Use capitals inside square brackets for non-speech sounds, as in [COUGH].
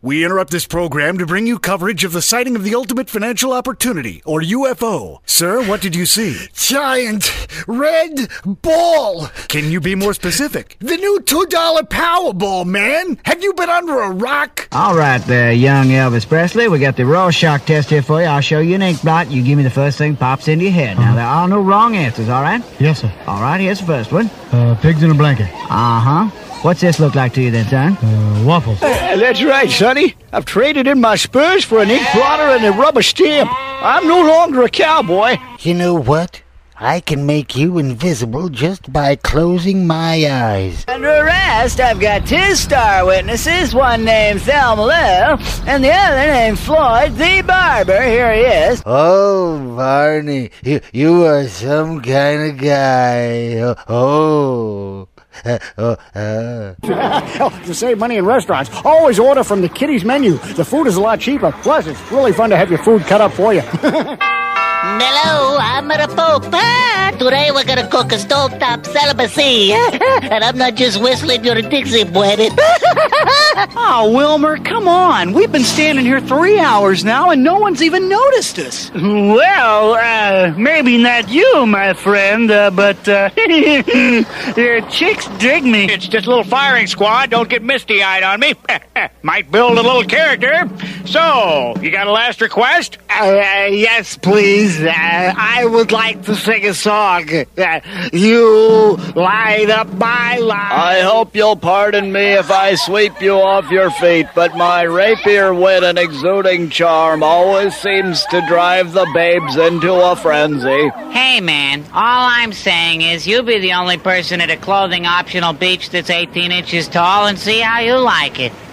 We interrupt this program to bring you coverage of the sighting of the Ultimate Financial Opportunity, or UFO. Sir, what did you see? Giant red ball. Can you be more specific? The new $2 Powerball, man. Have you been under a rock? All right there, young Elvis Presley. We got the Rorschach test here for you. I'll show you an ink blot. You give me the first thing pops into your head. Now, there are no wrong answers, all right? Uh-huh. Yes, sir. All right, here's the first one. Uh, pigs in a blanket. Uh huh. What's this look like to you then, son? Uh, waffles. Uh, that's right, Sonny. I've traded in my spurs for an ink blotter and a rubber stamp. I'm no longer a cowboy. You know what? I can make you invisible just by closing my eyes. Under arrest, I've got two star witnesses, one named Thelma Lou, and the other named Floyd the Barber. Here he is. Oh, Barney, you, you are some kind of guy. Oh. Uh, uh, uh. Hell, to Oh, save money in restaurants, always order from the kiddies menu. The food is a lot cheaper. Plus, it's really fun to have your food cut up for you. Hello, I'm Rapopa. Today we're gonna cook a stovetop celibacy. and I'm not just whistling your Dixie, puede. oh, Wilmer, come on. We've been standing here three hours now and no one's even noticed us. Well, uh, maybe not you, my friend, uh, but [LAUGHS] uh, your chicks dig me. It's just a little firing squad. Don't get misty eyed on me. [LAUGHS] Might build a little character. So, you got a last request? Uh, yes, please. Uh, I would like to sing a song. Uh, you light up my life. I hope you'll pardon me if I sweep you off your feet, but my rapier wit and exuding charm always seems to drive the babes into a frenzy. Hey, man, all I'm saying is you be the only person at a clothing optional beach that's 18 inches tall and see how you like it.